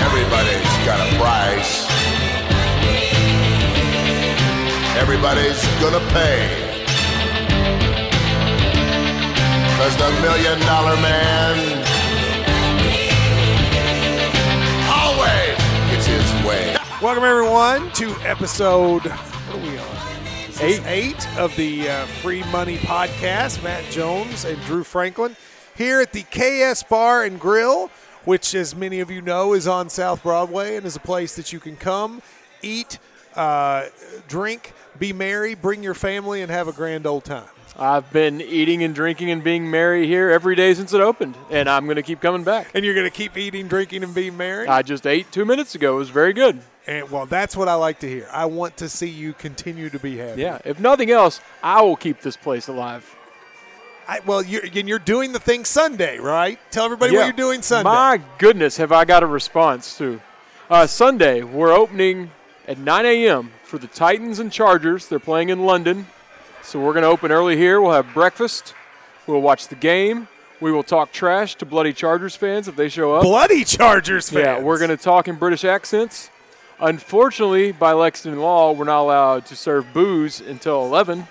Everybody's got a price. Everybody's gonna pay. Cause the million dollar man always gets his way. Welcome everyone to episode what are we on? Is this Eight. eight of the uh, Free Money Podcast. Matt Jones and Drew Franklin here at the KS Bar and Grill, which, as many of you know, is on South Broadway and is a place that you can come, eat, uh, drink, be merry, bring your family, and have a grand old time. I've been eating and drinking and being merry here every day since it opened, and I'm going to keep coming back. And you're going to keep eating, drinking, and being merry. I just ate two minutes ago. It was very good. and well, that's what I like to hear. I want to see you continue to be happy. Yeah. If nothing else, I will keep this place alive. I, well, you're, and you're doing the thing Sunday, right? Tell everybody Yeah. what you're doing Sunday. My goodness, have I got a response to. Uh, Sunday, we're opening at 9 a.m. for the Titans and Chargers. They're playing in London. So we're going to open early here. We'll have breakfast. We'll watch the game. We will talk trash to bloody Chargers fans if they show up. Bloody Chargers fans. Yeah, we're going to talk in British accents. Unfortunately, by Lexington law, we're not allowed to serve booze until 11.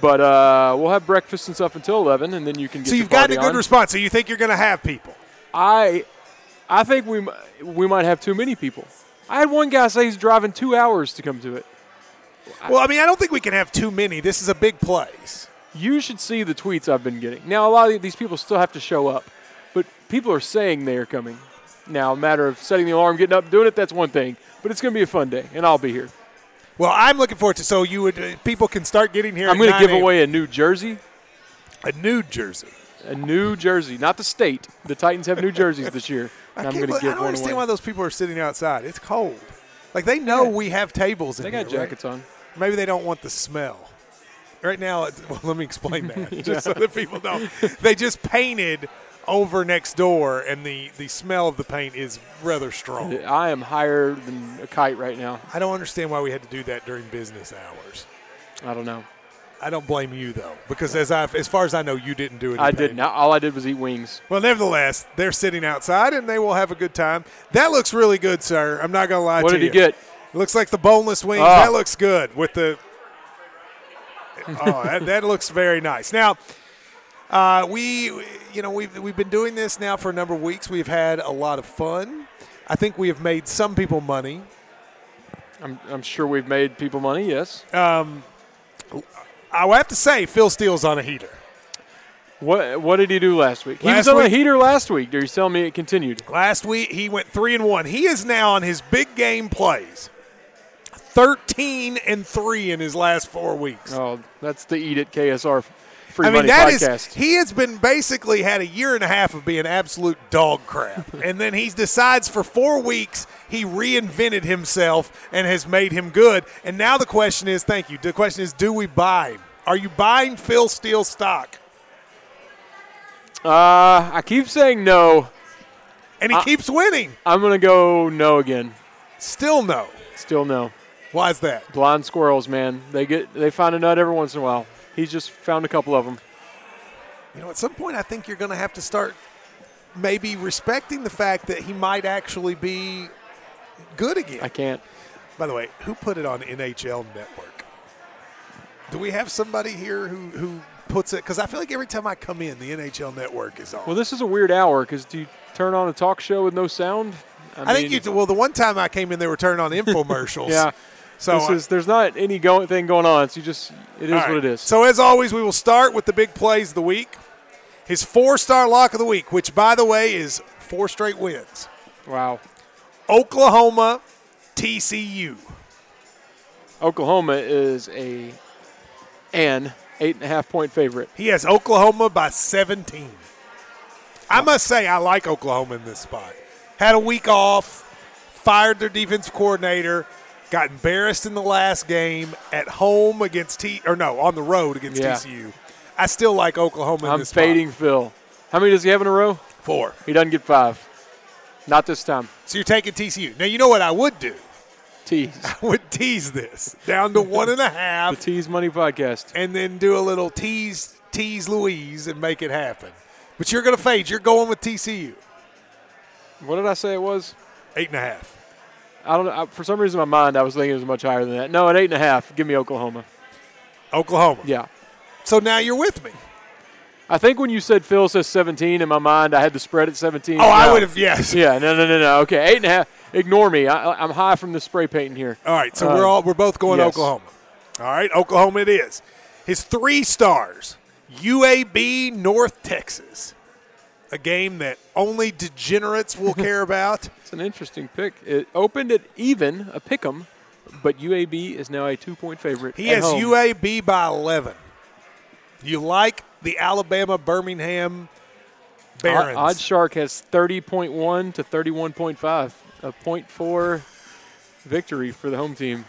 But uh, we'll have breakfast and stuff until 11, and then you can get So the you've gotten a party good on. response. So you think you're going to have people? I, I think we, mi- we might have too many people. I had one guy say he's driving two hours to come to it. Well, I mean, I don't think we can have too many. This is a big place. You should see the tweets I've been getting. Now, a lot of these people still have to show up, but people are saying they are coming. Now, a matter of setting the alarm, getting up, doing it, that's one thing. But it's going to be a fun day, and I'll be here. Well, I'm looking forward to. So you would uh, people can start getting here. I'm going to give away a new jersey. a new jersey. A new jersey, not the state. The Titans have new jerseys this year. And I'm Can't going to believe- I give don't one understand away. why those people are sitting outside. It's cold. Like they know Yeah. we have tables. In they got here, right? jackets on. Maybe they don't want the smell. Right now, it's- well, let me explain that just so that people know. They just painted over next door, and the, the smell of the paint is rather strong. I am higher than a kite right now. I don't understand why we had to do that during business hours. I don't know. I don't blame you though, because as I as far as I know, you didn't do it. I did not. All I did was eat wings. Well, nevertheless, they're sitting outside and they will have a good time. That looks really good, sir. I'm not gonna lie What to did he you. get? It looks like the boneless wings. Ah. That looks good with the. oh, that, that looks very nice. Now, uh, we, you know, we've we've been doing this now for a number of weeks. We've had a lot of fun. I think we have made some people money. I'm, I'm sure we've made people money. Yes. I will have to say, Phil Steele's on a heater. What What did he do last week? he was Last on the week- heater last week. Are you telling me it continued? Last week he went three and one. He is now on his big game plays. Thirteen and three in his last four weeks. Oh, that's the Eat It KSR Free I mean, Money that is podcast. he has been basically had a year and a half of being absolute dog crap, and then he decides for four weeks he reinvented himself and has made him good. And now the question is, thank you. The question is, do we buy him? Are you buying Phil Steele stock? uh, I keep saying no. And he I- keeps winning. I'm going to go no again. Still no. Still no. Why is that? Blind squirrels, man. They get they find a nut every once in a while. He's just found a couple of them. You know, at some point, I think you're going to have to start maybe respecting the fact that he might actually be good again. I can't. By the way, who put it on NHL Network? Do we have somebody here who who puts it? Because I feel like every time I come in, the NHL Network is on. Well, this is a weird hour because do you turn on a talk show with no sound? I, mean, think you. Well, the one time I came in, they were turning on infomercials. Yeah. So this I- is there's not any going thing going on. So you just it is All what right. it is. So as always, we will start with the big plays of the week. His four-star lock of the week, which by the way is four straight wins. wow. Oklahoma, TCU. Oklahoma is a an eight and a half point favorite. He has Oklahoma by 17. I must say, I like Oklahoma in this spot. Had a week off, fired their defensive coordinator, got embarrassed in the last game at home against T or no on the road against Yeah. TCU. I still like Oklahoma in I'm this fading Phil. How many does he have in a row? spot. four. He doesn't get five. Not this time. So you're taking TCU. Now you know what I would do Tease. I would tease this down to one and a The half, Tease Money Podcast. and then do a little tease, tease Louise, and make it happen. But you're going to fade. You're going with TCU What did I say it was? eight and a half. I don't know. I- For some reason, in my mind, I was thinking it was much higher than that. No, at eight and a half, give me Oklahoma. Oklahoma. Yeah. So now you're with me. I think when you said Phil says 17, in my mind, I had the spread at 17. Oh, I No. would have. Yes. Yeah, no, no, no, no. Okay, eight and a half. Ignore me. I, I- I'm high from the spray painting here. All right, so Um, we're all we're both going yes. Oklahoma. All right, Oklahoma it is. His three stars, UAB North Texas, a game that only degenerates will care about. It's an interesting pick. It opened at even, a pick 'em, but UAB is now a two-point favorite. He at has home. UAB by eleven. You like the Alabama Birmingham Odd, Barons? Odd Shark has 30.1 to 31.5, a 0.4 victory for the home team.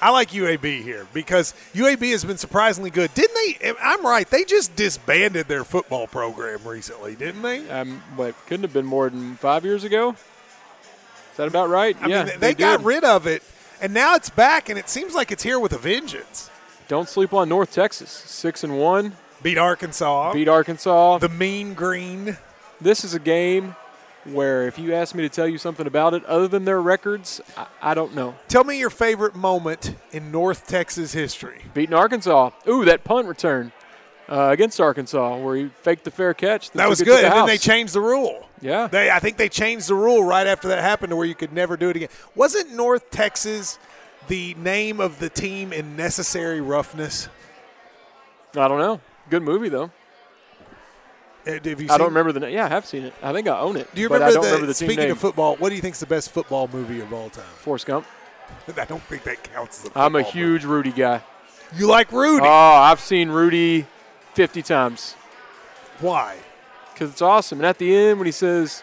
I like UAB here because UAB has been surprisingly good. Didn't they? if I'm right. They just disbanded their football program recently, didn't they? Um, what couldn't have been more than five years ago. Is that about right? I yeah, mean, they, got did. rid of it, and now it's back, and it seems like it's here with a vengeance. Don't sleep on North Texas. Six and one, Beat Arkansas, beat Arkansas. the Mean Green. this is a game where if you ask me to tell you something about it other than their records, I, I don't know. Tell me your favorite moment in North Texas history. Beating Arkansas. Ooh, that punt return uh, against Arkansas where he faked the fair catch. That took was it to good, the and then they house. changed the rule. Yeah. they, I think they changed the rule right after that happened to where you could never do it again. Wasn't North Texas the name of the team in Necessary Roughness? I don't know. Good movie though. Uh, Have you seen, I don't remember the name. Yeah, I have seen it. I think I own it. Do you but remember I don't the remember the team speaking name. of football? What do you think is the best football movie of all time? Forrest Gump. I don't think that counts. As a I'm football a movie. huge Rudy guy. You like Rudy? Oh, I've seen Rudy 50 times Why? because it's awesome. And at the end, when he says,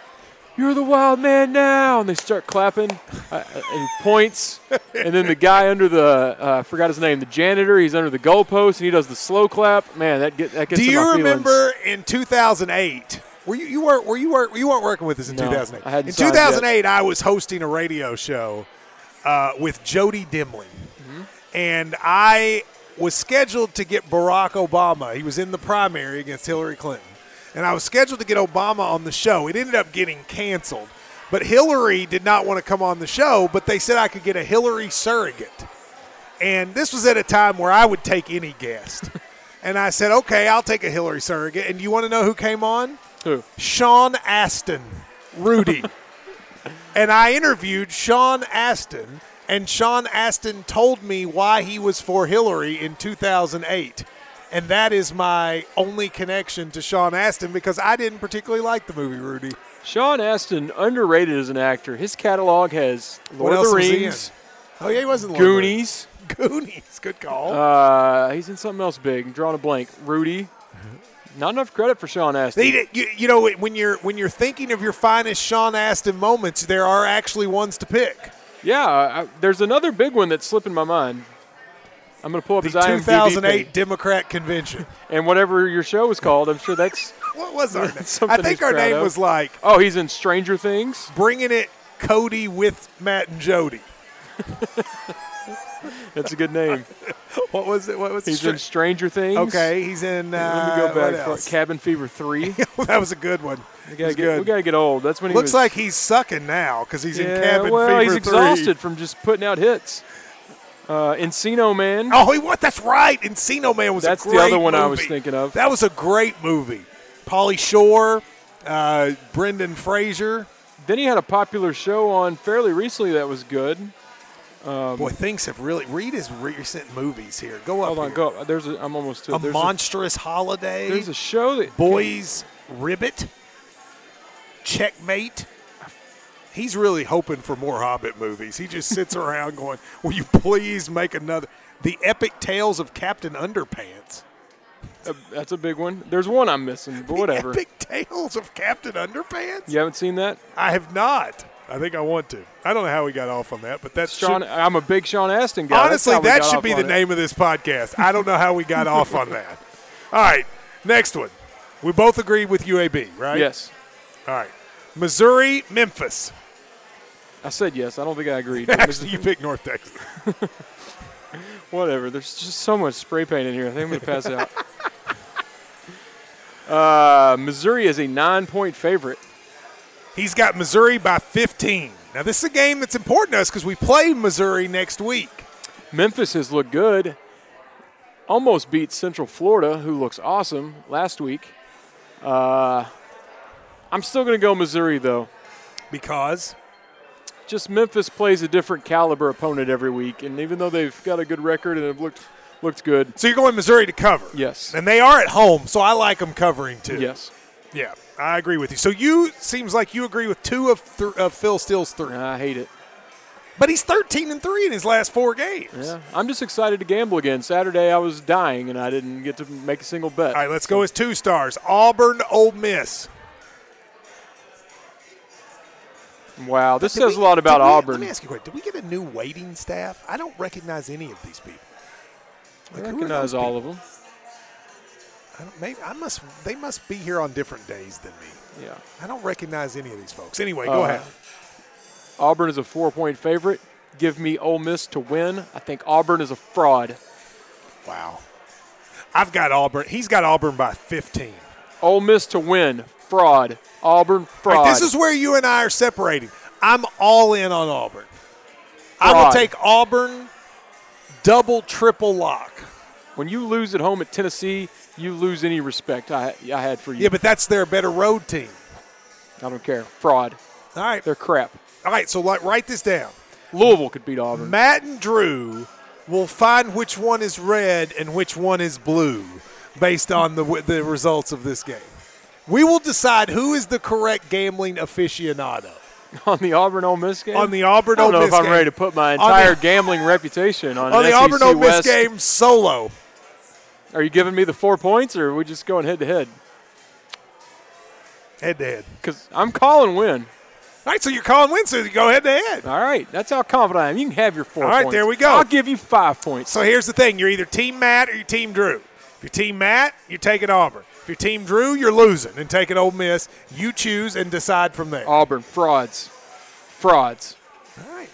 "You're the wild man now," and they start clapping uh, and he points, and then the guy under the uh, I forgot his name, the janitor, he's under the goalpost, and he does the slow clap. Man, that get that gets. Do in my you feelings. remember in 2008? Were you you weren't were you weren't you weren't working with us in No, 2008? I hadn't in signed 2008, I was hosting a radio show uh, with Jody Dimling, Mm-hmm. and I was scheduled to get Barack Obama. He was in the primary against Hillary Clinton, and I was scheduled to get Obama on the show. It ended up getting canceled, but Hillary did not want to come on the show. But they said I could get a Hillary surrogate. And this was at a time where I would take any guest. and I said, okay, I'll take a Hillary surrogate. And you want to know who came on? Who? Sean Aston, Rudy. and I interviewed Sean Aston, and Sean Aston told me why he was for Hillary in 2008. And that is my only connection to Sean Aston because I didn't particularly like the movie Rudy. Sean Astin underrated as an actor. His catalog has Lord of the was he in? Rings, Oh yeah, he wasn't Goonies. Goonies, good call. Uh, he's in something else big. I'm drawing a blank. Rudy. Uh-huh. Not enough credit for Sean Astin. They, you, you know when you're when you're thinking of your finest Sean Astin moments, there are actually ones to pick. Yeah, I, there's another big one that's slipping my mind. I'm gonna pull up The his IMDb 2008 page. Democrat convention. and whatever your show was called. I'm sure that's. what was our name? I Something think he's our proud name of. was like Oh, he's in Stranger Things, bringing it Cody with Matt and Jody. That's a good name. What was it? What was He's Str- in Stranger Things. Okay, he's in. Uh, Let me go what back. else? For Cabin Fever Three. that was a good one. We It gotta, was get, we good. gotta get old. That's when he Looks was, like he's sucking now because he's yeah, in cabin well, fever. he's 3. exhausted from just putting out hits. Uh, Encino Man. Oh, he what? That's right. Encino Man was. That's a the great other one I was movie. thinking of. That was a great movie. Polly Shore, uh, Brendan Fraser. Then he had a popular show on fairly recently that was good. Um, Boy, things have really. Read his recent movies here. Go up. Hold on, here. go. There's a, I'm almost to it. A there's monstrous A, holiday. there's a show that Boys Ribbit. Checkmate. He's really hoping for more Hobbit movies. He just sits around going, "Will you please make another?" The epic tales of Captain Underpants. uh, that's a big one. There's one I'm missing, but whatever. The epic tales of Captain Underpants. You haven't seen that? I have not. I think I want to. I don't know how we got off on that, but that's Sean, I'm a big Sean Astin guy. That's honestly how we that got should off be on the it. name of this podcast. I don't know how we got off on that. All right, next one. We both agreed with UAB, right? Yes. All right, Missouri, Memphis. I said yes. I don't think I agreed. Actually, you picked North Texas. Whatever. There's just so much spray paint in here. I think I'm going to pass out. Uh, Missouri is a nine point favorite. He's got Missouri by 15. Now, this is a game that's important to us because we play Missouri next week. Memphis has looked good. Almost beat Central Florida, who looks awesome last week. Uh, I'm still going to go Missouri, though. Because Just Memphis plays a different caliber opponent every week, and even though they've got a good record and have looked looked good, so you're going Missouri to cover. Yes. And they are at home, so I like them covering too. yes, Yeah, I agree with you. So you seems like you agree with two of, th- of Phil Steele's three, I hate it. but he's 13 and three in his last four games. Yeah, I'm just excited to gamble again. Saturday I was dying and I didn't get to make a single bet. All right, let's go as two stars. Auburn, Ole Miss. Wow, this Did says we- a lot about did we- Auburn. Let me ask you a question. Did we get a new waiting staff? I don't recognize any of these people. I Like, who are recognize those all of them. I, don't, maybe, I must. They must be here on different days than me. Yeah, I don't recognize any of these folks. Anyway, go Uh, ahead. Auburn is a four-point favorite. Give me Ole Miss to win. I think Auburn is a fraud. Wow. I've got Auburn. He's got Auburn by 15. Ole Miss to win. Fraud. Auburn fraud. Like, this is where you and I are separating. I'm all in on Auburn. I will Fraud. take Auburn double, triple lock. when you lose at home at Tennessee, you lose any respect I, I had for you. Yeah, but that's their better road team. I don't care. Fraud. All right. They're crap. All right, so like, write this down. Louisville could beat Auburn. Matt and Drew will find which one is red and which one is blue based on the the results of this game. We will decide who is the correct gambling aficionado on the Auburn Ole Miss game. on the Auburn I don't Ole know Miss if I'm game. ready to put my On the- entire gambling reputation on, on the an SEC Auburn Ole Miss E West. game solo. Are you giving me the four points, or are we just going head to head? Head to head. Because I'm calling win. All right, so you're calling wins, so you go head to head. All right, that's how confident I am. You can have your four. All right, points. there we go. I'll give you five points. So here's the thing: you're either Team Matt or you're Team Drew. If you're Team Matt, you're taking Auburn. If you're Team Drew, you're losing and taking Ole Miss. You choose and decide from there. All Auburn frauds, frauds. right.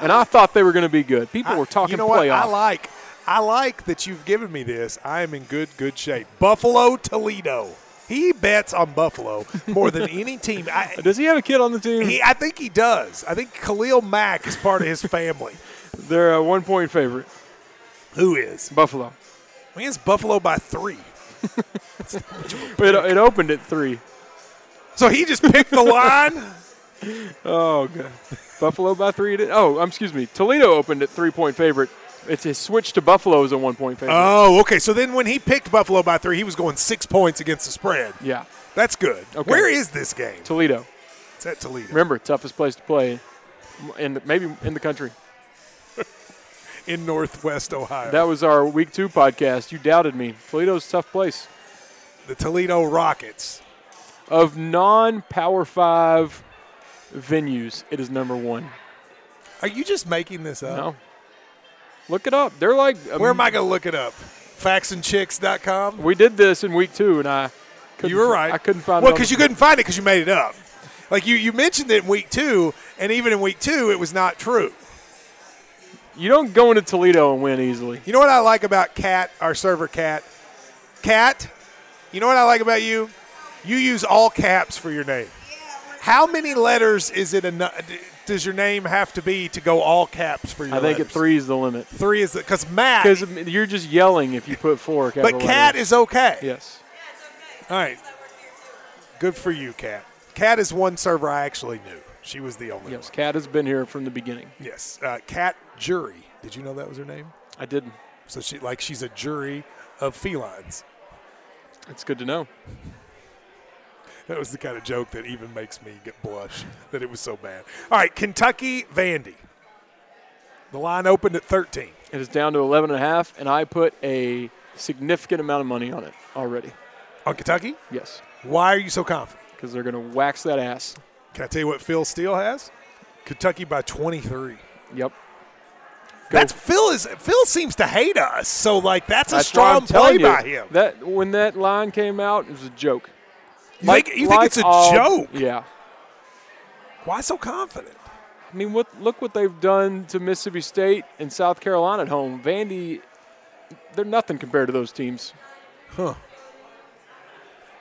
And I thought they were going to be good. People I- were talking you know What? playoff. I like, I like that you've given me this. I am in good, good shape. Buffalo, Toledo. He bets on Buffalo more than any team. I, Does he have a kid on the team? he, I think he does. I think Khalil Mack is part of his family. They're a one point favorite. Who is? Buffalo. I mean, it's Buffalo by three. It, it opened at three. So he just picked the line. Oh god. Buffalo by three. it is- Oh, um, excuse me. Toledo opened at three point favorite. It's his switch to Buffalo is a one point favorite. Oh, okay. So then when he picked Buffalo by three, he was going six points against the spread. yeah. That's good. Okay. Where is this game? Toledo. It's at Toledo. Remember, toughest place to play, in maybe in the country. in Northwest Ohio. That was our week two podcast. You doubted me. Toledo's a tough place. the Toledo Rockets. Of non-power five venues, it is number one. Are you just making this up? No, look it up. They're like um, Where am I going to look it up? Faxandchicks.com? We did this in week two, and I couldn't, You were right. I couldn't find. Well, it on because the- you couldn't find it because you made it up. Like you, you mentioned it in week two, and even in week two, it was not true. You don't go into Toledo and win easily. You know what I like about Cat, our server Cat? Cat, you know what I like about you? You use all caps for your name. How many letters is it? Eno- does your name have to be to go all caps for your? I think letters? at three is the limit Three is because Matt, because you're just yelling if you put four. but capital Cat letters. is okay. yes. All right. Good for you, Cat. Cat is one server I actually knew. She was the only Yes, one. Cat has been here from the beginning. Yes. Uh, Cat Jury. Did you know that was her name? I didn't. So she like she's a jury of felines. It's good to know. That was the kind of joke that even makes me get blush that it was so bad. All right, Kentucky Vandy. The line opened at 13. It is down to 11 and a half, and I put a significant amount of money on it already. On Kentucky? Yes, Why are you so confident? because they're going to wax that ass. Can I tell you what Phil Steele has? Kentucky by 23. Yep. That's Phil is Phil seems to hate us. So like that's a That's why strong I'm telling play you, by him. That when that line came out, it was a joke. you think, you think it's a all- joke? Yeah. Why so confident? I mean, what, look what they've done to Mississippi State and South Carolina at home. Vandy, they're nothing compared to those teams.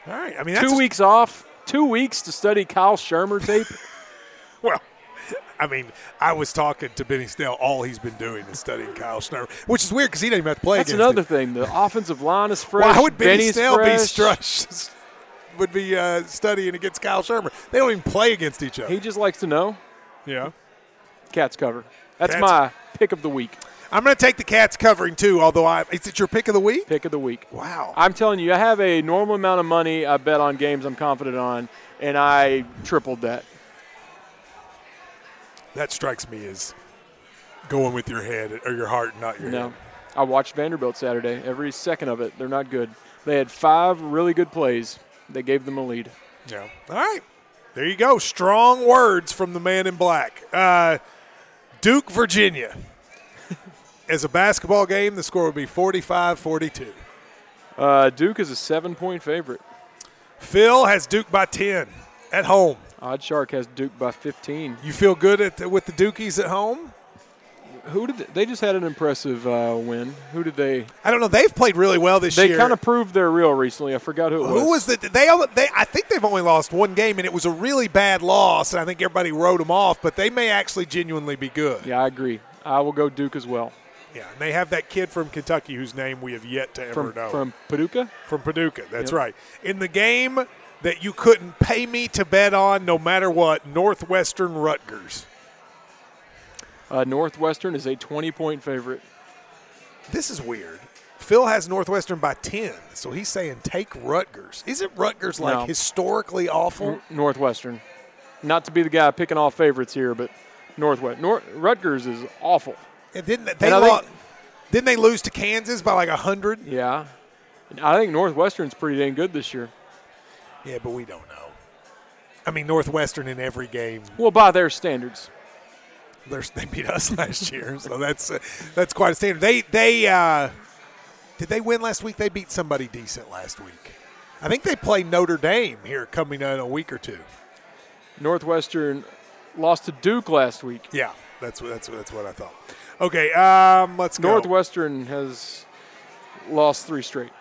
All right. I mean, that's two a- weeks off, two weeks to study Kyle Shermer tape. Well, I mean, I was talking to Benny Snell. All he's been doing is studying Kyle Schnurr, which is weird because he didn't even have to play That's against another him. thing. The offensive line is fresh. Why would Benny Benny's Snell be fresh. strush, would be uh, studying against Kyle Shermer? They don't even play against each other. He just likes to know. yeah. Cats cover. That's Cats- my pick of the week. I'm going to take the Cats covering too. Although I, is it your pick of the week? Pick of the week. Wow. I'm telling you, I have a normal amount of money I bet on games I'm confident on, and I tripled that. that strikes me as going with your head or your heart, not your No, head. I watched Vanderbilt Saturday. Every second of it, they're not good. They had five really good plays. They gave them a lead. Yeah. All right. There you go. Strong words from the man in black. Uh, Duke, Virginia. As a basketball game, the score would be 45 42. Uh, Duke is a seven-point favorite. Phil has Duke by 10 at home. Odd Shark has Duke by 15. You feel good at the, with the Dukies at home? Who did they, they just had an impressive uh, win? Who did they? I don't know. They've played really well this They year. kind of proved they're real recently. I forgot who it was. Who was the they, all- they? I think they've only lost one game, and it was a really bad loss. And I think everybody wrote them off, but they may actually genuinely be good. Yeah, I agree. I will go Duke as well. Yeah, and they have that kid from Kentucky whose name we have yet to ever From know. from Paducah. From Paducah, that's Yep. right. In the game that you couldn't pay me to bet on no matter what, Northwestern Rutgers. Uh, Northwestern is a 20-point favorite. This is weird. Phil has Northwestern by 10, so he's saying take Rutgers. Isn't Rutgers like No. Mm. historically awful? N- Northwestern. Not to be the guy picking off favorites here, but Northwest. Nor- Rutgers is awful. And didn't they, they And I lo- think- didn't they lose to Kansas by like 100? Yeah. And I think Northwestern's pretty dang good this year. Yeah, but we don't know. I mean, Northwestern in every game Well, by their standards. They're, they beat us last year, so that's uh, that's quite a standard. They they uh, did they win last week? They beat somebody decent last week. I think they play Notre Dame here coming in a week or two. Northwestern lost to Duke last week. Yeah, that's what that's what that's what I thought. Okay, um, let's go. Northwestern has lost three straight.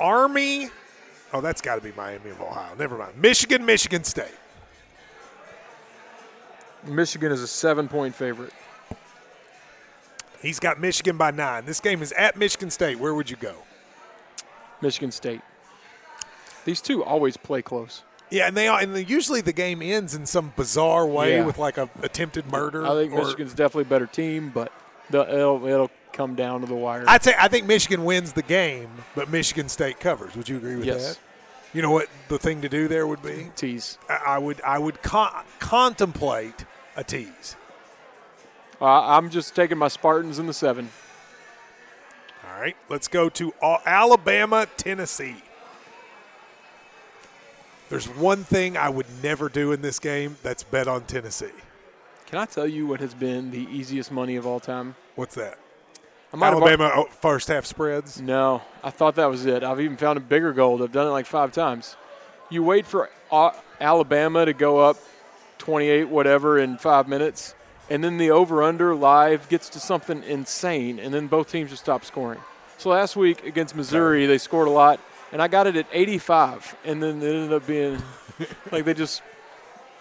Army. Oh, that's got to be Miami of Ohio. Never mind. Michigan, Michigan State. Michigan is a seven-point favorite. He's got Michigan by nine. This game is at Michigan State. Where would you go? Michigan State. These two always play close. Yeah, and they are, and usually the game ends in some bizarre way Yeah. with like a attempted murder. I think or- Michigan's definitely a better team, but the, it'll, it'll come down to the wire. I'd say I think Michigan wins the game, but Michigan State covers. Would you agree with Yes. that? You know what the thing to do there would be? Tease. I I would I would con- contemplate a tease. Uh, I'm just taking my Spartans in the seven. All right, let's go to Al- Alabama, Tennessee. There's one thing I would never do in this game. That's bet on Tennessee. Can I tell you what has been the easiest money of all time? What's that? I might have Alabama oh, first half spreads. bought- no, I thought that was it. I've even found a bigger goal. I've done it like five times. You wait for uh, Alabama to go up 28, whatever, in five minutes, and then the over under live gets to something insane, and then both teams just stop scoring. So last week against Missouri, they scored a lot, and I got it at 85, and then it ended up being like they just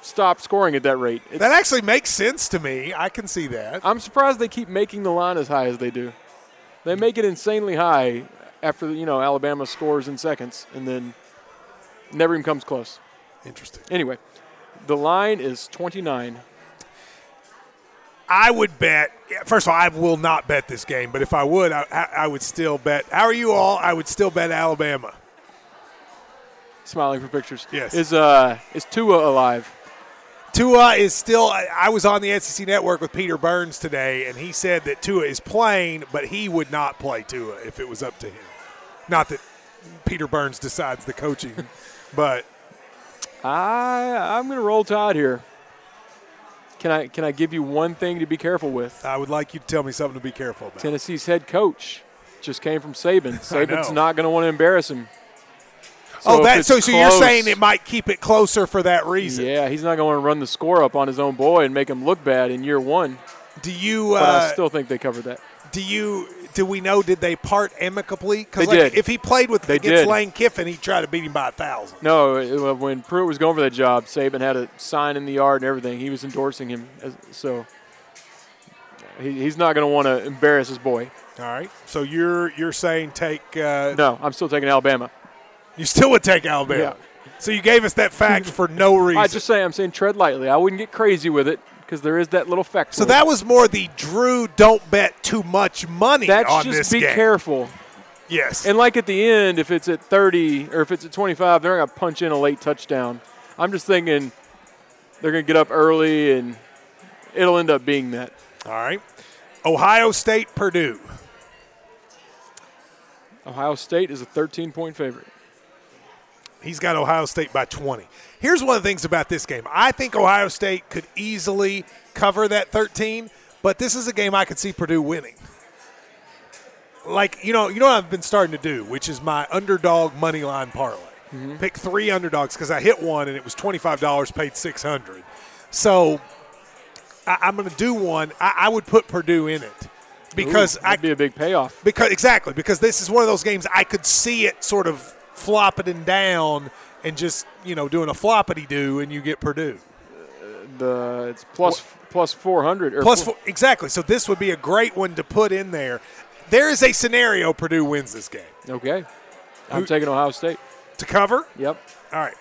stopped scoring at that rate. It's- That actually makes sense to me. I can see that. I'm surprised they keep making the line as high as they do. They make it insanely high after you know Alabama scores in seconds, and then never even comes close. Interesting. Anyway, the line is 29. I would bet. yeah, First of all, I will not bet this game, but if I would, I, I, I would still bet. How are you all? I would still bet Alabama. Smiling for pictures. Yes. Is uh is Tua alive? Tua is still. I I was on the SEC network with Peter Burns today, and he said that Tua is playing, but he would not play Tua if it was up to him. Not that Peter Burns decides the coaching, but I I'm gonna roll tide here. Can I can I give you one thing to be careful with? I would like you to tell me something to be careful about. Tennessee's head coach just came from Saban. I know. Saban's not gonna want to embarrass him. oh, if that it's so so you're close- saying it might keep it closer for that reason. Yeah, he's not going to run the score up on his own boy and make him look bad in year one. Do you But I uh, still think they covered that. do you do we know did they part amicably? Because They like, did. if he played with They against did. Lane Kiffin, he'd try to beat him by a thousand. No, it- uh, when Pruitt was going for that job, Saban had a sign in the yard and everything. He was endorsing him, as, so he, he's not going to want to embarrass his boy. All right. So you're you're saying take uh, No, I'm still taking Alabama. you still would take Alabama. So you gave us that fact for no reason. I just say I'm saying tread lightly. I wouldn't get crazy with it because there is that little factor. so that was more the Drew don't bet too much money that's on just this be game. careful. Yes. And like at the end, if it's at 30 or if it's at 25, they're going to punch in a late touchdown. I'm just thinking they're going to get up early and it'll end up being that. All right. Ohio State Purdue. Ohio State is a 13 point favorite. He's got Ohio State by 20. Here's one of the things about this game. I think Ohio State could easily cover that 13, but this is a game I could see Purdue winning. Like, you know, you know what I've been starting to do, which is my underdog money line parlay. Pick 3 underdogs cuz I hit one and it was $25 paid 600. So I, I'm going to do one. I, I would put Purdue in it because Ooh, I that'd be a big payoff. because exactly because this is one of those games I could see it sort of flopping and down and just you know doing a floppity do and you get Purdue The it's plus plus 400 or plus four- four, exactly so this would be a great one to put in there. There is a scenario Purdue wins this game Okay, I'm Who- taking Ohio State. to cover. Yep. All right,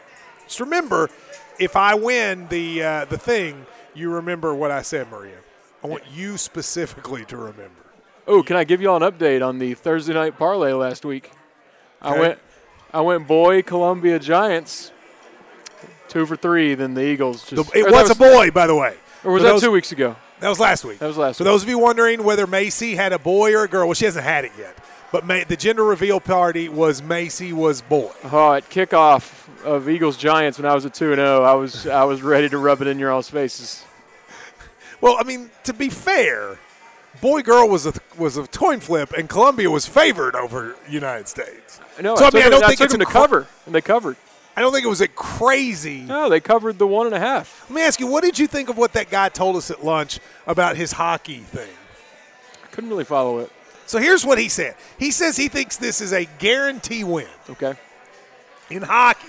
just remember if I win the uh, the thing, you remember what I said, Maria. I want you specifically to remember. Oh, can I give you all an update on the Thursday night parlay last week? I Okay. went, I went boy Columbia Giants, two for three. Then the Eagles. Just, The- It or that was a boy, by the way. Or was For that those- two weeks ago? That was last week. That was last For week. those of you wondering whether Macy had a boy or a girl, well, she hasn't had it yet. But Ma- the gender reveal party was Macy was boy. Oh, at kickoff of Eagles Giants when I was at two and zero, I was I was ready to rub it in your all's faces. Well, I mean, to be fair, boy girl was a was a coin flip, and Columbia was favored over United States. No, so I, mean, I, took I don't them- think took it's them a to cra- cover, and they covered. I don't think it was a crazy. No, they covered the one and a half. Let me ask you, what did you think of what that guy told us at lunch about his hockey thing? Couldn't really follow it. So here's what he said. He says he thinks this is a guarantee win. Okay, in hockey,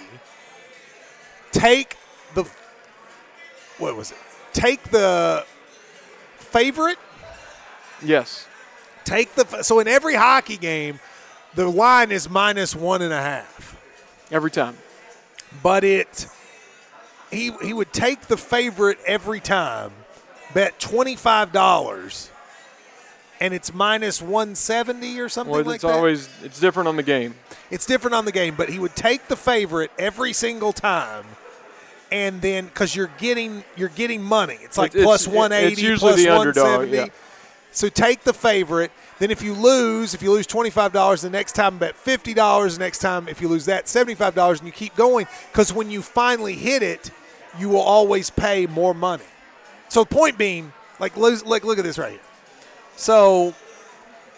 take the what was it? Take the favorite. yes, Take the f- so in every hockey game, the line is minus one and a half. every time. But it he he would take the favorite every time, bet twenty five dollars, and it's minus one seventy or something Well, like it's that. always it's different on the game. It's different on the game, but he would take the favorite every single time, and then because you're getting you're getting money. It's like It's- plus it's- one eighty, it's usually plus the underdog, one seventy. yeah. So take the favorite. Then if you lose, if you lose twenty five dollars, the next time bet fifty dollars. Next time, if you lose that, seventy five dollars, and you keep going because when you finally hit it, you will always pay more money. So point being, like, lo- like look at this right here. So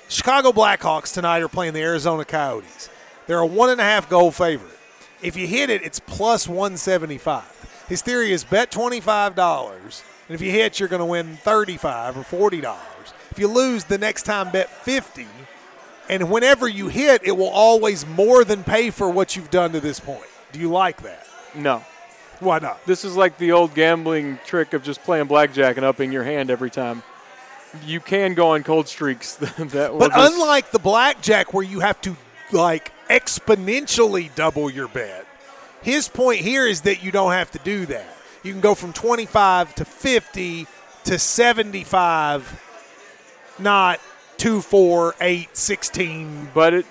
Chicago Blackhawks tonight are playing the Arizona Coyotes. They're a one and a half goal favorite. If you hit it, it's plus 175. His theory is bet $25, and if you hit, you're going to win 35 or $40. If you lose, the next time bet 50 and whenever you hit, it will always more than pay for what you've done to this point. Do you like that? No, Why not? This is like the old gambling trick of just playing blackjack and upping your hand every time. You can go on cold streaks that will But just- unlike the blackjack where you have to like exponentially double your bet, his point here is that you don't have to do that. You can go from 25 to 50 to 75, not 2, 4, 8, 16. but it,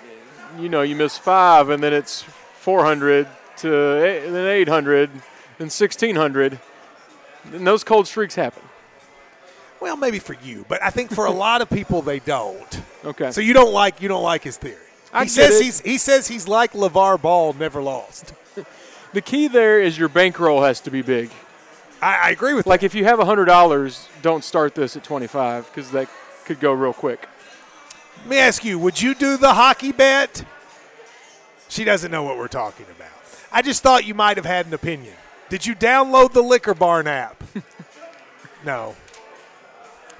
you know, you miss five and then it's 400 to eight, then 800 and 1600. And those cold streaks happen. Well, maybe for you, but I think for a lot of people they don't. Okay. So you don't like you don't like his theory. he I get says it. he's he says he's like LeVar Ball, never lost. the key there is your bankroll has to be big. I, I agree with Like if you have $100, don't start this at 25 because that could go real quick. Let me ask you, would you do the hockey bet? She doesn't know what we're talking about. I just thought you might have had an opinion. Did you download the Liquor Barn app? no.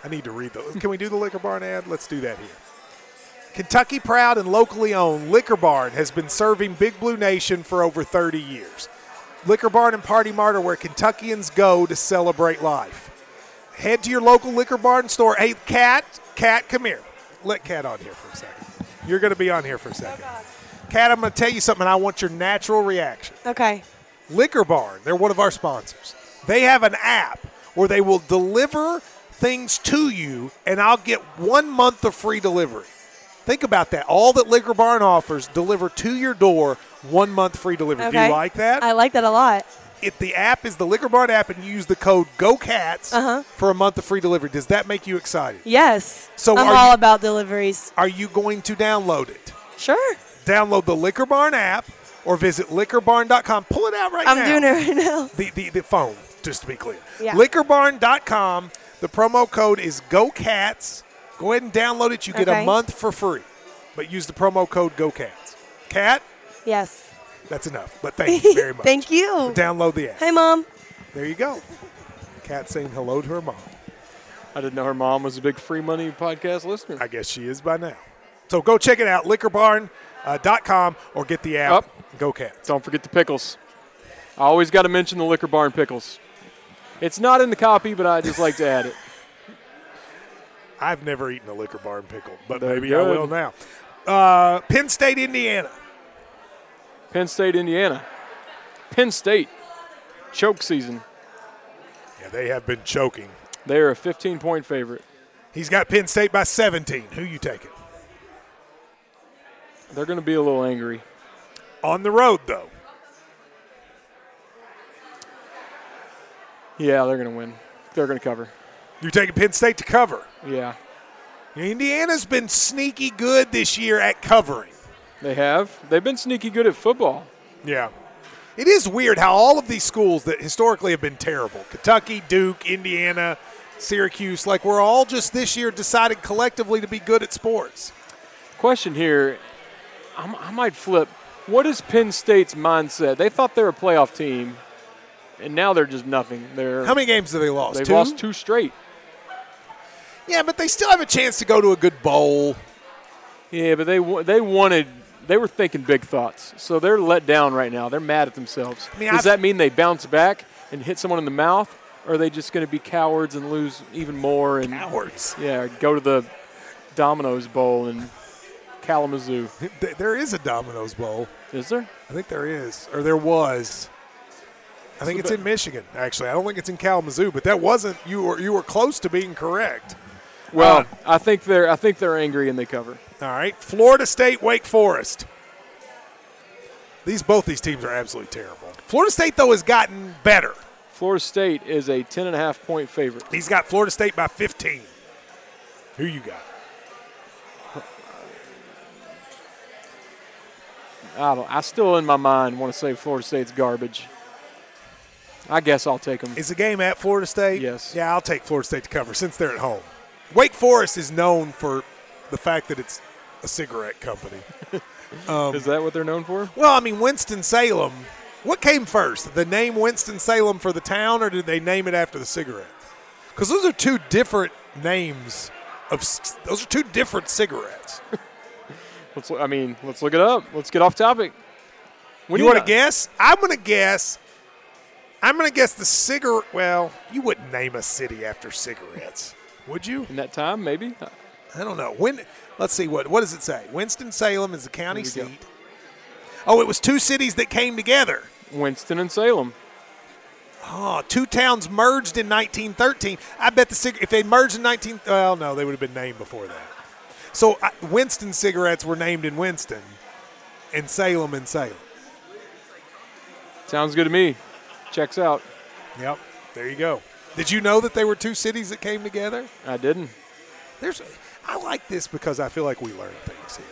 I need to read those. Can we do the Liquor Barn ad? Let's do that here. Kentucky proud and locally owned, Liquor Barn has been serving Big Blue Nation for over 30 years. Liquor Barn and Party Mart are where Kentuckians go to celebrate life. Head to your local Liquor Barn store. Hey, Cat, Cat, come here. Let Cat on here for a second. You're going to be on here for a second. Cat, I'm going to tell you something. I want your natural reaction. Okay. Liquor Barn, they're one of our sponsors. They have an app where they will deliver things to you, and I'll get one month of free delivery. Think about that. All that Liquor Barn offers, deliver to your door, one month free delivery. Okay. Do you like that? I like that a lot. if the app is the Liquor Barn app and you use the code GOCATS Uh-huh. for a month of free delivery, does that make you excited? Yes. So I'm are all you- about deliveries. Are you going to download it? Sure. Download the Liquor Barn app or visit liquorbarn.com. Pull it out right I'm now. doing it right now. the, the, the phone, just to be clear. Yeah. Liquorbarn.com. The promo code is GOCATS. Go ahead and download it. You get a Okay. month for free, but use the promo code GOCATS. Cat, Yes. that's enough. But thank you very much. Thank you. Download the app. Hey, mom. There you go. Cat saying hello to her mom. I didn't know her mom was a big free money podcast listener. I guess she is by now. So go check it out, liquorbarn.com, or get the app. Go Cats. Don't forget the pickles. I always got to mention the liquor barn pickles. It's not in the copy, but I just like to add it. I've never eaten a liquor barn pickle, but They're maybe I good. will now. Uh, Penn State, Indiana. Penn State, Indiana. Penn State, choke season. Yeah, they have been choking. They are a 15 point favorite. He's got Penn State by 17. Who you taking? They're going to be a little angry. On the road, though. Yeah, they're going to win. They're going to cover. You're taking Penn State to cover. Yeah, Indiana's been sneaky good this year at covering. they have. They've been sneaky good at football. Yeah. It is weird how all of these schools that historically have been terrible Kentucky, Duke, Indiana, Syracuse like we're all just this year decided collectively to be good at sports. Question here I'm, I might flip. What is Penn State's mindset? They thought they were a playoff team, and now they're just nothing. They're, How many games have they lost? they've lost two straight. Yeah, but they still have a chance to go to a good bowl. Yeah, but they wa- they wanted they were thinking big thoughts, so they're let down right now. They're mad at themselves. mean, Does I've- that mean they bounce back and hit someone in the mouth, or are they just going to be cowards and lose even more and Hours. yeah, go to the Domino's Bowl in Kalamazoo? Th- There is a Domino's Bowl. Is there? I think there is, or there was. I think it's in Michigan, actually. I don't think it's in Kalamazoo, but that wasn't you were you were close to being correct. Well, Uh, I think they're I think they're angry and they cover. All right, Florida State, Wake Forest. These both these teams are absolutely terrible. Florida State though has gotten better. Florida State is a ten and a half point favorite. He's got Florida State by 15. Who you got? I don't. I still in my mind want to say Florida State's garbage. I guess I'll take them. Is the game at Florida State? Yes. Yeah, I'll take Florida State to cover since they're at home. Wake Forest is known for the fact that it's a cigarette company. Is that what they're known for? Well, I mean, Winston Salem. What came first, the name Winston Salem for the town, or did they name it after the cigarette? Because those are two different names of. s- Those are two different cigarettes. Let's. I mean, let's look it up. Let's get off topic. When you want to guess? I'm going to guess. I'm going to guess the cigarette. Well, you wouldn't name a city after cigarettes, would you? in that time? Maybe. I don't know. When? Let's see. What? What does it say? Winston Salem is the county Here we go. seat. Oh, it was two cities that came together. Winston and Salem. Oh, two towns merged in 1913. I bet the cig- if they merged in 19 well, no, they would have been named before that. So I, Winston cigarettes were named in Winston, and Salem in Salem. Sounds good to me. Checks out. Yep, there you go. Did you know that they were two cities that came together? I didn't. There's, I like this because I feel like we learn things here.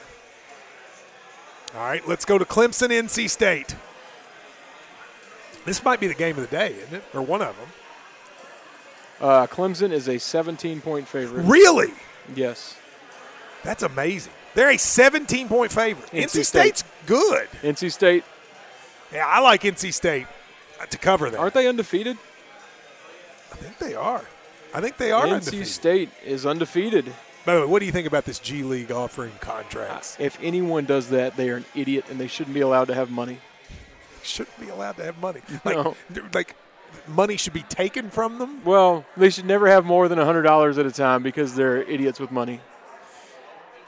All right, let's go to Clemson, NC State. This might be the game of the day, isn't it? Or one of them. Uh, Clemson is a 17 point favorite. Really? Yes. That's amazing. They're a 17 point favorite. NC NC, State. State's good. NC State, Yeah, I like NC State uh, to cover that. aren't they undefeated? I think they are. I think they are NC undefeated. State is undefeated. By the way, what do you think about this G League offering contracts? If anyone does that, they are an idiot and they shouldn't be allowed to have money. shouldn't be allowed to have money. Like, No. dude, like money should be taken from them. Well, they should never have more than $100 at a time because they're idiots with money.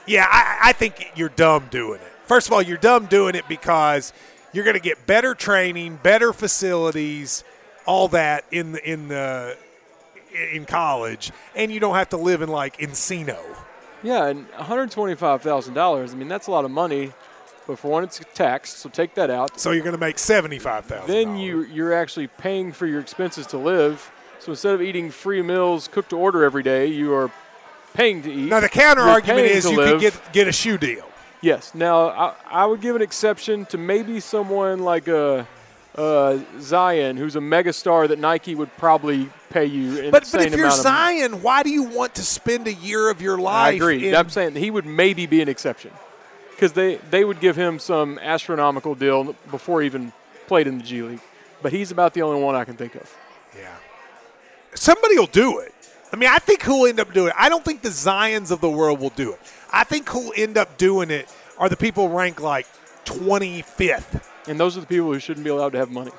Yeah, I, I think you're dumb doing it. First of all, you're dumb doing it because you're going to get better training, better facilities, all that in the, in the in college, and you don't have to live in like Encino. Yeah, and $125,000, I mean, that's a lot of money, but for one, it's taxed, so take that out. So you're going to make seventy five thousand. Then you, you're actually paying for your expenses to live. So instead of eating free meals cooked to order every day, you are paying to eat. now the counter You're argument paying is to you live. could get get a shoe deal. Yes. Now, I, I would give an exception to maybe someone like a, a Zion, who's a megastar that Nike would probably pay you an But, insane but if you're amount of money. Zion, why do you want to spend a year of your I life? agree. in- I'm saying he would maybe be an exception because they, they would give him some astronomical deal before he even played in the G League. But he's about the only one I can think of. Yeah. Somebody will do it. I mean, I think who'll end up doing it. I don't think the Zions of the world will do it. I think who'll end up doing it are the people ranked like 25th. And those are the people who shouldn't be allowed to have money.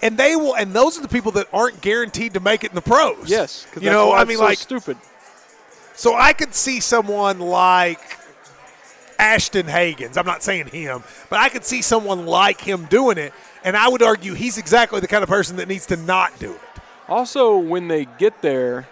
And they will, and those are the people that aren't guaranteed to make it in the pros. Yes. 'cause you that's know, why I it's mean, so like, stupid. so I could see someone like Ashton Hagens. I'm not saying him, but I could see someone like him doing it. And I would argue he's exactly the kind of person that needs to not do it. Also, when they get there,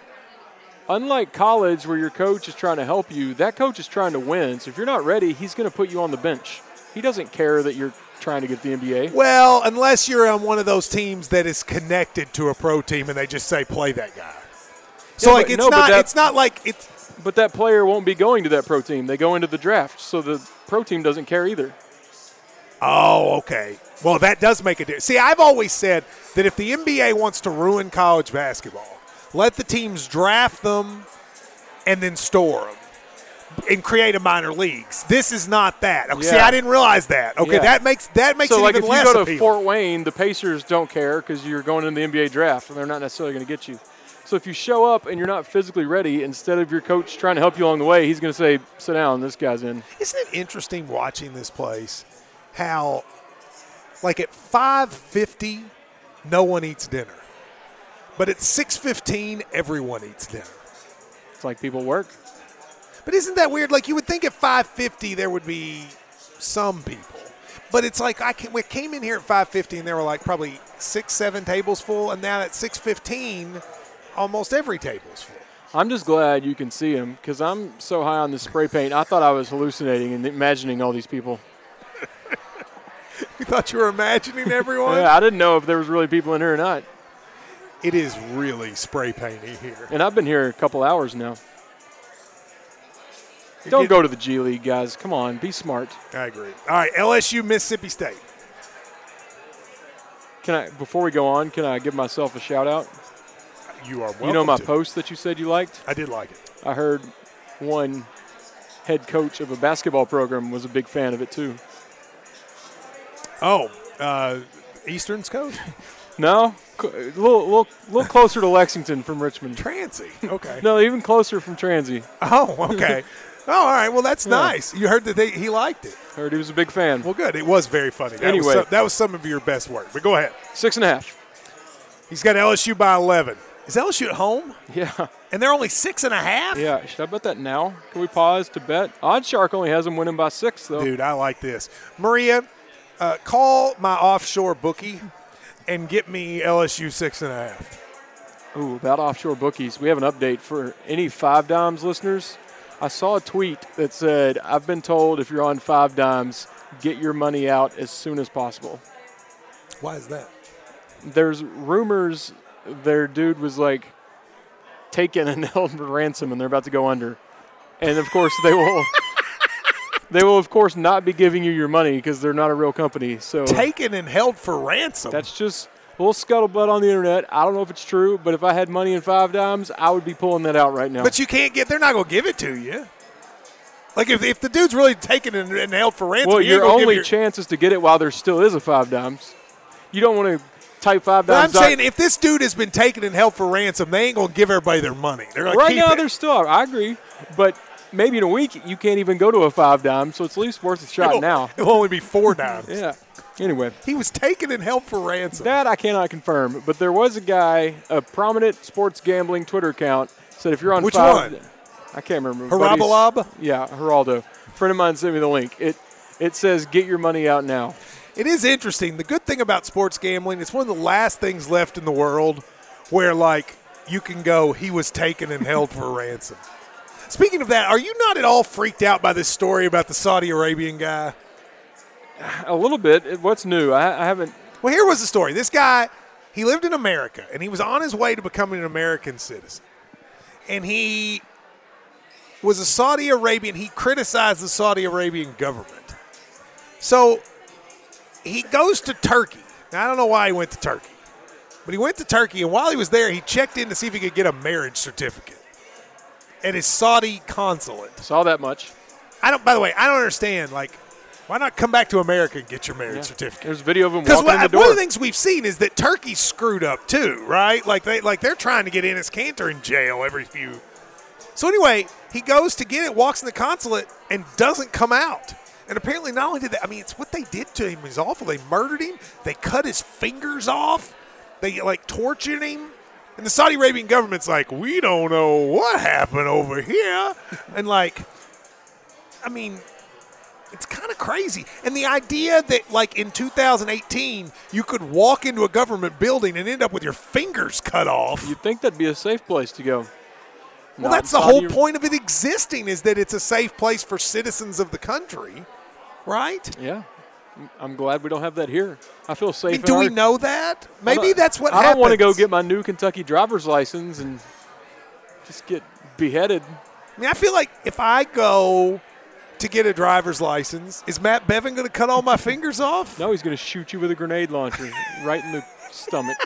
unlike college where your coach is trying to help you, that coach is trying to win. So if you're not ready, he's going to put you on the bench. He doesn't care that you're trying to get the NBA. Well, unless you're on one of those teams that is connected to a pro team and they just say play that guy. So Yeah, like but- it's no, but not that- it's not like it's But that player won't be going to that pro team. They go into the draft. So the pro team doesn't care either. oh okay. Well, that does make a difference. See, I've always said that if the NBA wants to ruin college basketball, let the teams draft them and then store them and create a minor leagues. This is not that. Okay, See, Yeah. I didn't realize that. Okay, Yeah. that makes that makes so it like even if less you go to appealing. Fort Wayne, the Pacers don't care because you're going into the NBA draft and they're not necessarily going to get you. So if you show up and you're not physically ready, instead of your coach trying to help you along the way, he's going to say, "Sit down, this guy's in." Isn't it interesting watching this place? How, like at five fifty, no one eats dinner, but at six fifteen, everyone eats dinner. It's like people work. But isn't that weird? Like you would think at five fifty there would be some people, but it's like I can, we came in here at five fifty and there were like probably six, seven tables full, and now at six fifteen, almost every table's full. I'm just glad you can see him because I'm so high on the spray paint. I thought I was hallucinating and imagining all these people. You thought you were imagining everyone? Yeah, I didn't know if there was really people in here or not. It is really spray painty here. And I've been here a couple hours now. You're Don't getting- go to the G League, guys. Come on, be smart. I agree. All right, LSU, Mississippi State. Can I? Before we go on, can I give myself a shout out? You are welcome. you know my to. post that you said you liked. I did like it. I heard one head coach of a basketball program was a big fan of it too. Oh, uh, Eastern's coach, No, C- a little, little, little closer to Lexington from Richmond. Trancy. Okay. No, even closer from Transy. Oh, okay. Oh, all right. Well, that's Yeah. nice. You heard that they, he liked it. Heard he was a big fan. Well, good. It was very funny. That Anyway. was some, that was some of your best work. But go ahead. Six and a half. He's got LSU by eleven. Is LSU at home? Yeah, And they're only six and a half. yeah. Should I bet that now? Can we pause to bet? Odd Shark only has them winning by six though. Dude, I like this. Maria, uh, call my offshore bookie and get me LSU six and a half. Ooh, about offshore bookies. We have an update for any Five Dimes listeners. I saw a tweet that said, "I've been told if you're on Five Dimes, get your money out as soon as possible." Why is that? there's rumors their dude was like taken and held ransom and they're about to go under. And of course they will they will of course not be giving you your money because they're not a real company. So Taken and held for ransom. that's just a little scuttlebutt on the internet. I don't know if it's true, but if I had money in five dimes, I would be pulling that out right now. But you can't get. They're not going to give it to you. Like if, if the dude's really taken and, and held for ransom, well, you ain't your gonna give only your- chance is to get it while there still is a five dimes. You don't want to type five But I'm dimes. out- saying if this dude has been taken and held for ransom, they ain't gonna give everybody their money. They're like, right keep now it. they're still. out. I agree, but maybe in a week you can't even go to a five dime, so it's at least worth a shot It'll- now. It'll only be four dimes. Yeah. Anyway, He was taken and held for ransom. that I cannot confirm, but there was a guy, a prominent sports gambling Twitter account, said if you're on Which five, one? I can't remember. but he's- Harabalab. Yeah, Geraldo. A friend of mine sent me the link. It it says get your money out now. It is interesting. The good thing about sports gambling, it's one of the last things left in the world where like you can go, he was taken and held for ransom. Speaking of that, are you not at all freaked out by this story about the Saudi Arabian guy? A little bit. It- What's new? I, I haven't. Well, here was the story. This guy, he lived in America and he was on his way to becoming an American citizen. And he was a Saudi Arabian. He criticized the Saudi Arabian government. So he goes to Turkey. Now, I don't know why he went to Turkey, but he went to Turkey. And while he was there, he checked in to see if he could get a marriage certificate at his Saudi consulate. Saw that much. I don't, by the way, I don't understand. Like, why not come back to America and get your marriage Yeah. certificate? There's a video of him Because walking in the one door. of the things we've seen is that Turkey's screwed up too, right? Like they like they're trying to get Ennis Cantor in jail every few. So anyway, he goes to get it, walks in the consulate, and doesn't come out. And apparently, not only did they, I mean, it's what they did to him is awful. They murdered him. They cut his fingers off. They like tortured him. And the Saudi Arabian government's like, we don't know what happened over here. And like, I mean, it's kind of crazy. And the idea that, like, in 2018, you could walk into a government building and end up with your fingers cut off. You'd think that'd be a safe place to go. well, Not that's the Saudi whole Ar- point of it existing is that it's a safe place for citizens of the country, right? Yeah. I'm glad we don't have that here. I feel safe. I mean, in do we our- know that? I Maybe don't- that's what I don't want to go happens. get my new Kentucky driver's license and just get beheaded. I mean, I feel like if I go to get a driver's license, is Matt Bevin going to cut all my fingers off? No, he's going to shoot you with a grenade launcher right in the stomach.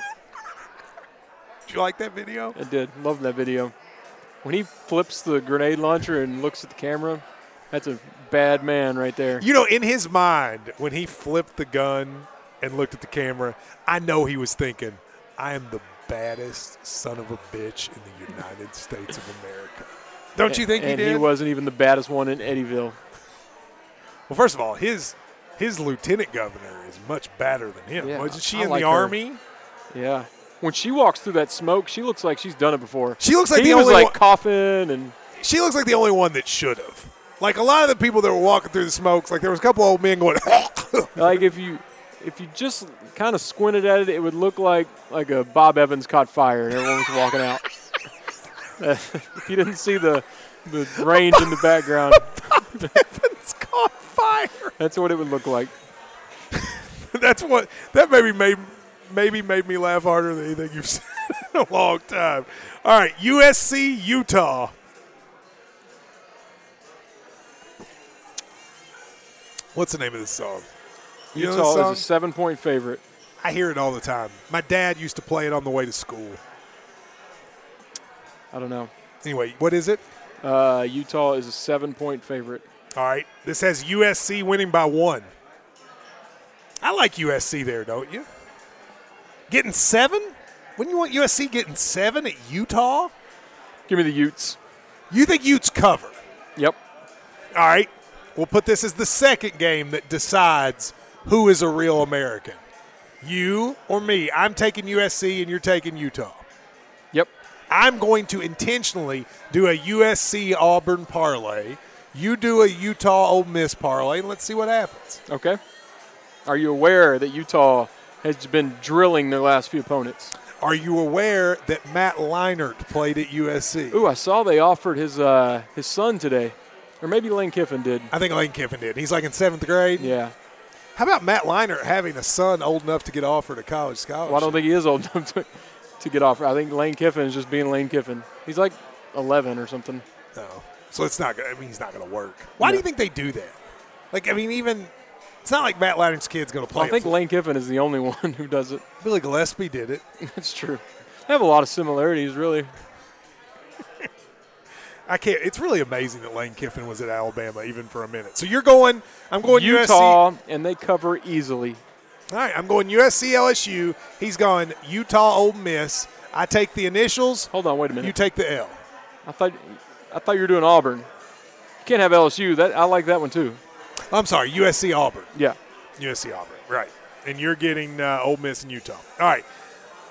Did you like that video? I did. Love that video. When he flips the grenade launcher and looks at the camera, that's a bad man right there. You know, in his mind, when he flipped the gun and looked at the camera, I know he was thinking, I am the baddest son of a bitch in the United States of America. Don't you think and he did? wasn't even the baddest one in Eddyville. well, first of all, his his lieutenant governor is much badder than him. Yeah, Wasn't she I in like the her. army? Yeah. When she walks through that smoke, she looks like she's done it before. She looks like he the was only like one- coughing and She looks like the only one that should have. Like a lot of the people that were walking through the smokes, like there was a couple old men going, like if you if you just kind of squinted at it, it would look like like a Bob Evans caught fire and everyone was walking out. if you didn't see the the range in the background, it's caught fire. that's what it would look like. That's what that maybe made maybe made me laugh harder than anything you've said in a long time. All right, USC Utah. What's the name of this song? You know this Utah song? is a seven point favorite. I hear it all the time. My dad used to play it on the way to school. I don't know. Anyway, what is it? Uh, Utah is a seven point favorite. All right, this has USC winning by one. I like USC there, don't you? Getting seven? Wouldn't you want USC getting seven at Utah? Give me the Utes. You think Utes cover? Yep. All right. We'll put this as the second game that decides who is a real American. You or me. I'm taking USC and you're taking Utah. Yep. I'm going to intentionally do a USC Auburn parlay. You do a Utah Ole Miss parlay and let's see what happens. Okay. Are you aware that Utah has been drilling their last few opponents? Are you aware that Matt Leinart played at USC? Ooh, I saw they offered his uh, his son today, or maybe Lane Kiffin did. I think Lane Kiffin did. He's like in seventh grade. Yeah. How about Matt Leinart having a son old enough to get offered a college scholarship? Well, I don't think he is old enough to, to get off. I think Lane Kiffin is just being Lane Kiffin. He's like 11 or something. No. So it's not. gonna- I mean, it's not going to work. Why do No. you think they do that? Like, I mean, even it's not like Matt Leinart's kid's going to play. I think it. Lane Kiffin is the only one who does it. Billy Gillespie did it. That's true. They have a lot of similarities, really. I can't. It's really amazing that Lane Kiffin was at Alabama even for a minute. So you're going. I'm going USC. Utah, and they cover easily. All right, I'm going USC LSU. He's gone Utah Ole Miss. I take the initials. Hold on, wait a minute. You take the L. I thought I thought you were doing Auburn. You can't have LSU. That I like that one too. I'm sorry, USC Auburn. Yeah. USC Auburn, right. And you're getting uh, Ole Miss and Utah. All right.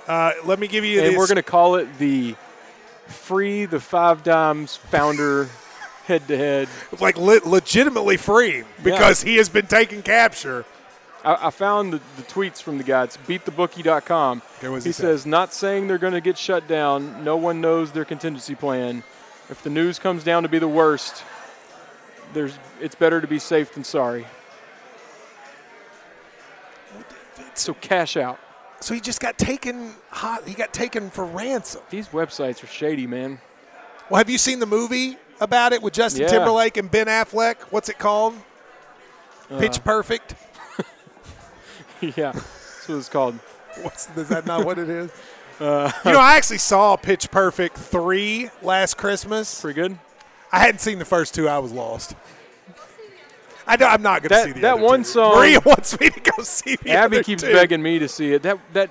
Uh, let me give you and this. we're going to call it the Free the Five Dimes founder head to head. like le- legitimately free him because he has been taking capture. I I found the, the tweets from the guy. It's beatthebookie.com. Okay, what does he he say? says, Not saying they're going to get shut down. No one knows their contingency plan. If the news comes down to be the worst, there's, it's better to be safe than sorry. So cash out. So he just got taken hot. He got taken for ransom. These websites are shady, man. Well, have you seen the movie about it with Justin Yeah. Timberlake and Ben Affleck? What's it called? Pitch Perfect. yeah, that's what it's called. What's, is that not what it is? you know, I actually saw Pitch Perfect 3 last Christmas. Pretty good. I hadn't seen the first two. I was lost. I don't, I'm not going to That- see the that other one two. song- Maria wants me to go see the Abby other keeps two. begging me to see it. That that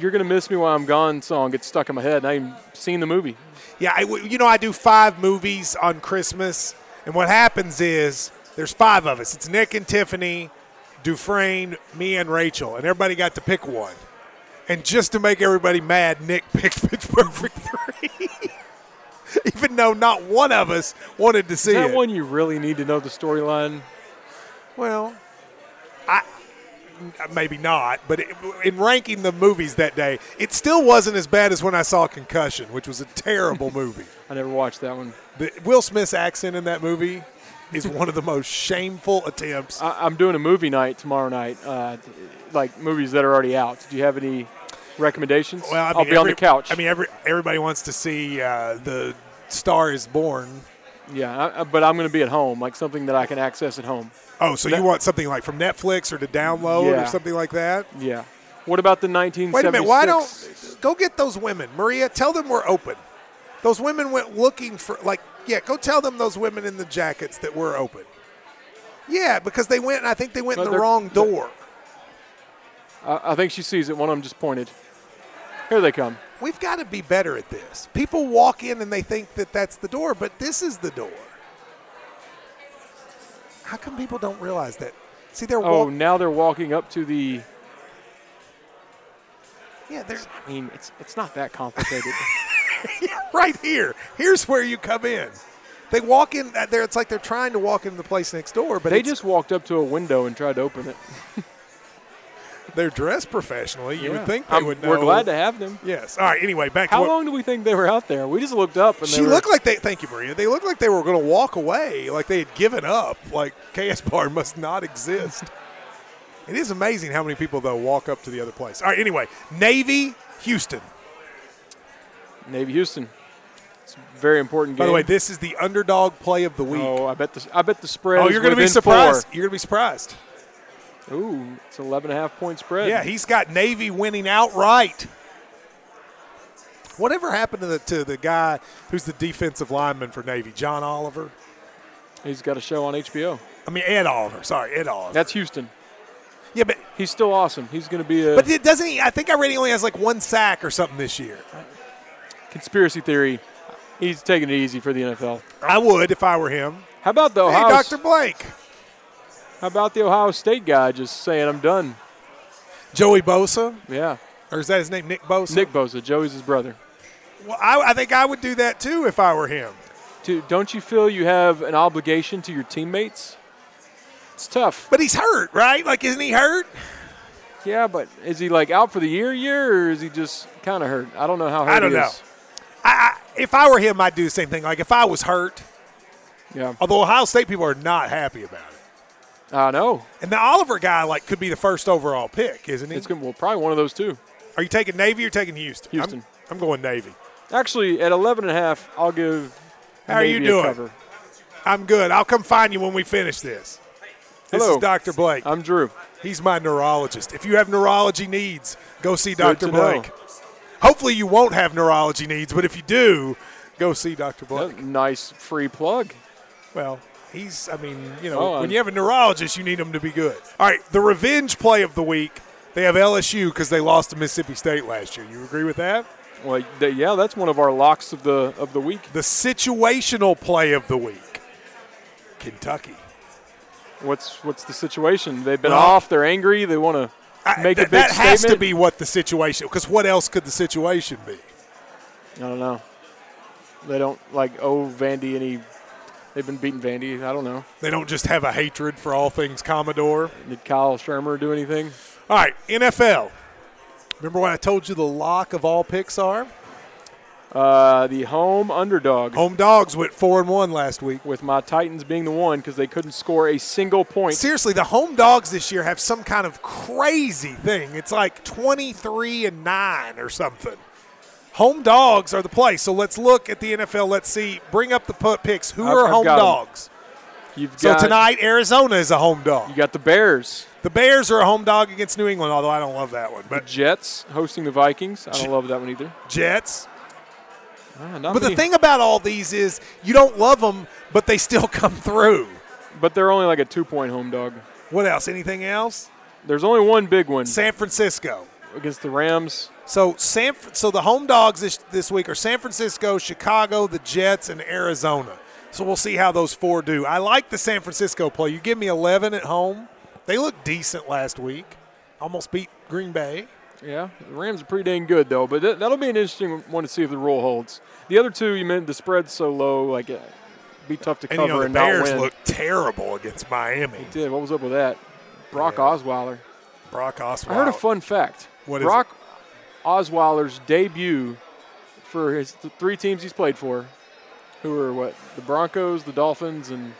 you're gonna miss me while I'm gone song gets stuck in my head, and I ain't seen the movie. Yeah, I, you know, I do five movies on Christmas, and what happens is there's five of us. It's Nick and Tiffany, Dufresne, me, and Rachel, and everybody got to pick one. And just to make everybody mad, Nick picked Pitch Perfect three, even though not one of us wanted to see Is that it. one you really need to know the storyline? Well, I maybe not, but it, in ranking the movies that day, it still wasn't as bad as when I saw Concussion, which was a terrible movie. I never watched that one. The Will Smith's accent in that movie is one of the most shameful attempts. I, I'm doing a movie night tomorrow night, uh, t- like movies that are already out. Do you have any recommendations? Well, I mean, will be on the every- couch. I mean, every, everybody wants to see uh, the Star Is Born. yeah, I, I- but I'm gonna be at home, like something that I can access at home. Oh, so you want something like from Netflix or to download Yeah. or something like that? Yeah. What about the 1976? Wait a minute. Why don't go get those women, Maria? Tell them we're open. Those women went looking for like yeah. Go tell them those women in the jackets that we're open. Yeah, because they went. and I think they went No, in the they're- wrong door. I, I think she sees it. One of them just pointed. Here they come. We've got to be better at this. People walk in and they think that that's the door, but this is the door. How come people don't realize that? See, they're Oh, walking. now they're walking up to the. Yeah, they're I mean, it's it's not that complicated. right here. Here's where you come in. They walk in uh, there. It's like they're trying to walk into the place next door, but they it's- just walked up to a window and tried to open it. they're dressed professionally. You Yeah. would think they I'm- would know. We're glad to have them. Yes. All right. Anyway, back How to what long do we think they were out there? We just looked up and she they were, looked like they. Thank you, Maria. They looked like they were going to walk away, like they had given up. Like KS Bar must not exist. it is amazing how many people though walk up to the other place. All right. Anyway, Navy Houston. Navy Houston. It's a very important game. By the way, this is the underdog play of the week. oh, I bet the I bet the spread. Oh, is you're going to be within surprised. you You're going to be surprised. Four. Ooh, it's an 11 and a half point spread. Yeah, he's got Navy winning outright. Whatever happened to the to the guy who's the defensive lineman for Navy, John Oliver? he's got a show on HBO. I mean Ed Oliver. Sorry, Ed Oliver. That's Houston. yeah, but He's still awesome. He's going to be a But it doesn't he? I think I read he only has like one sack or something this year. conspiracy theory. He's taking it easy for the NFL. I would if I were him. How about the Hey, Ohio? Dr. Blake. How about the Ohio State guy just saying I'm done? Joey Bosa, Yeah. or is that his name? Nick Bosa. Nick Bosa, Joey's his brother. Well, I, I think I would do that too if I were him. Do- Don't you feel you have an obligation to your teammates? It's tough. But he's hurt, right? Like, isn't he hurt? Yeah, but is he like out for the year, year, or is he just kind of hurt? I don't know how hurt I don't he know. is. I, I, if I were him, I'd do the same thing. Like, if I was hurt, Yeah, although Ohio State people are not happy about it. I know. And the Oliver guy, like, could be the first overall pick, isn't he? It's gonna well probably one of those two. Are you taking Navy or taking Houston? I'm- Houston. I'm, going Navy. Actually, at 11 and a half, I'll give. How are you Navy a doing? cover. I'm good. I'll come find you when we finish this. This Hello. is Dr. Blake. I'm Drew. He's my neurologist. If you have neurology needs, go see Good Dr. to know. Blake. Hopefully, you won't have neurology needs, but if you do, Go see Dr. Blank. That- nice free plug. Well, he's, I mean, you know, Oh, when I'm- you have a neurologist, you need him to be good. All right, the revenge play of the week. They have LSU because they lost to Mississippi State last year. You agree with that? Well, th- yeah, that's one of our locks of the of the week. The situational play of the week Kentucky. What's what's the situation? They've been Well- off. They're angry. They want I- to make that- a big that statement. has to be what the situation because what else could the situation be? I don't know. They don't like owe Vandy any. They've been beating Vandy. I don't know. They don't just have a hatred for all things Commodore. Did Kyle Shermer do anything? All right, NFL. Remember when I told you the lock of all picks are? Uh, the home underdog Home dogs went four and one last week. with my Titans being the one because they couldn't score a single point. Seriously, the home dogs this year have some kind of crazy thing. It's like 23 and 9 or something. Home dogs are the play. So let's look at the NFL. Let's see. Bring up the put picks. Who I've- are I've home got 'em. dogs? You've So got tonight, Arizona is a home dog. You got the Bears, The Bears are a home dog against New England, although I don't love that one. But Jets hosting the Vikings. I don't love that one either. Jets. Ah, not But the many. thing about all these is you don't love them, but they still come through. but they're only like a two-point home dog. What else? Anything else? There's only one big one San Francisco. against the Rams. So San, so the home dogs this, this week are San Francisco, Chicago, the Jets, and Arizona. So we'll see how those four do. I like the San Francisco play. You give me 11 at home. They looked decent last week. Almost beat Green Bay. Yeah, the Rams are pretty dang good though, but th- that'll be an interesting one to see if the rule holds. The other two, you meant the spread's so low, like uh, be tough to And cover you know the and not Bears win. looked terrible against Miami. Dude, what was up with that? Brock Osweiler. Brock Osweiler. I heard a fun fact. What is Brock Osweiler's debut for his the three teams he's played for, who were what the Broncos, the Dolphins, and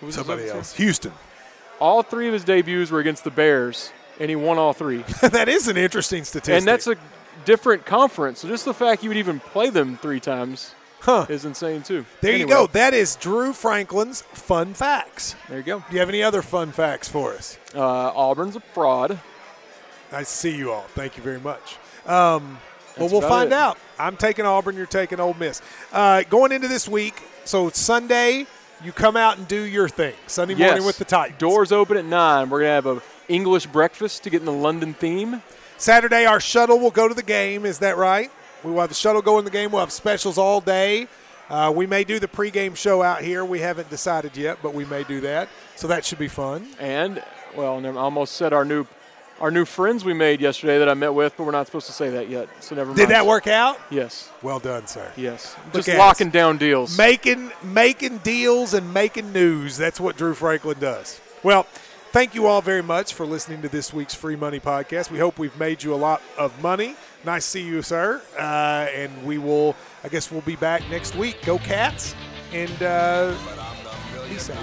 who was his somebody other team? else. Houston. All three of his debuts were against the Bears, and he won all three. that is an interesting statistic. and that's a different conference. So just the fact you would even play them three times Huh. is insane too. there Anyway, you go. That is Drew Franklin's fun facts. There you go. Do you have any other fun facts for us? Uh, Auburn's a fraud. Nice to see you all. Thank you very much. Um, well, That's we'll about find it. out. I'm taking Auburn. You're taking Ole Miss. Uh, going into this week, so it's Sunday, you come out and do your thing. Sunday morning with the Titans. Doors open at nine. We're gonna have a English breakfast to get in the London theme. Saturday, our shuttle will go to the game. Is that right? We will have the shuttle go in the game. We'll have specials all day. Uh, we may do the pregame show out here. We haven't decided yet, but we may do that. So that should be fun. And well, never- I almost said our new our new friends we made yesterday that I met with, but we're not supposed to say that yet. So never mind. Did that work out? Yes. Well done, sir. Yes. Look Just at locking us. down deals. making making deals and making news. That's what Drew Franklin does. Well, thank you all very much for listening to this week's Free Money Podcast. We hope we've made you a lot of money. Nice to see you, sir. Uh, and we will, I guess, we'll be back next week. Go Cats! And uh, be safe.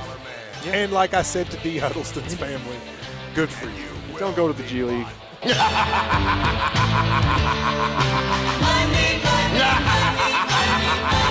And like I said to Dee Huddleston's family, good for you. Don't go to the G League. Money, money, money, money, money.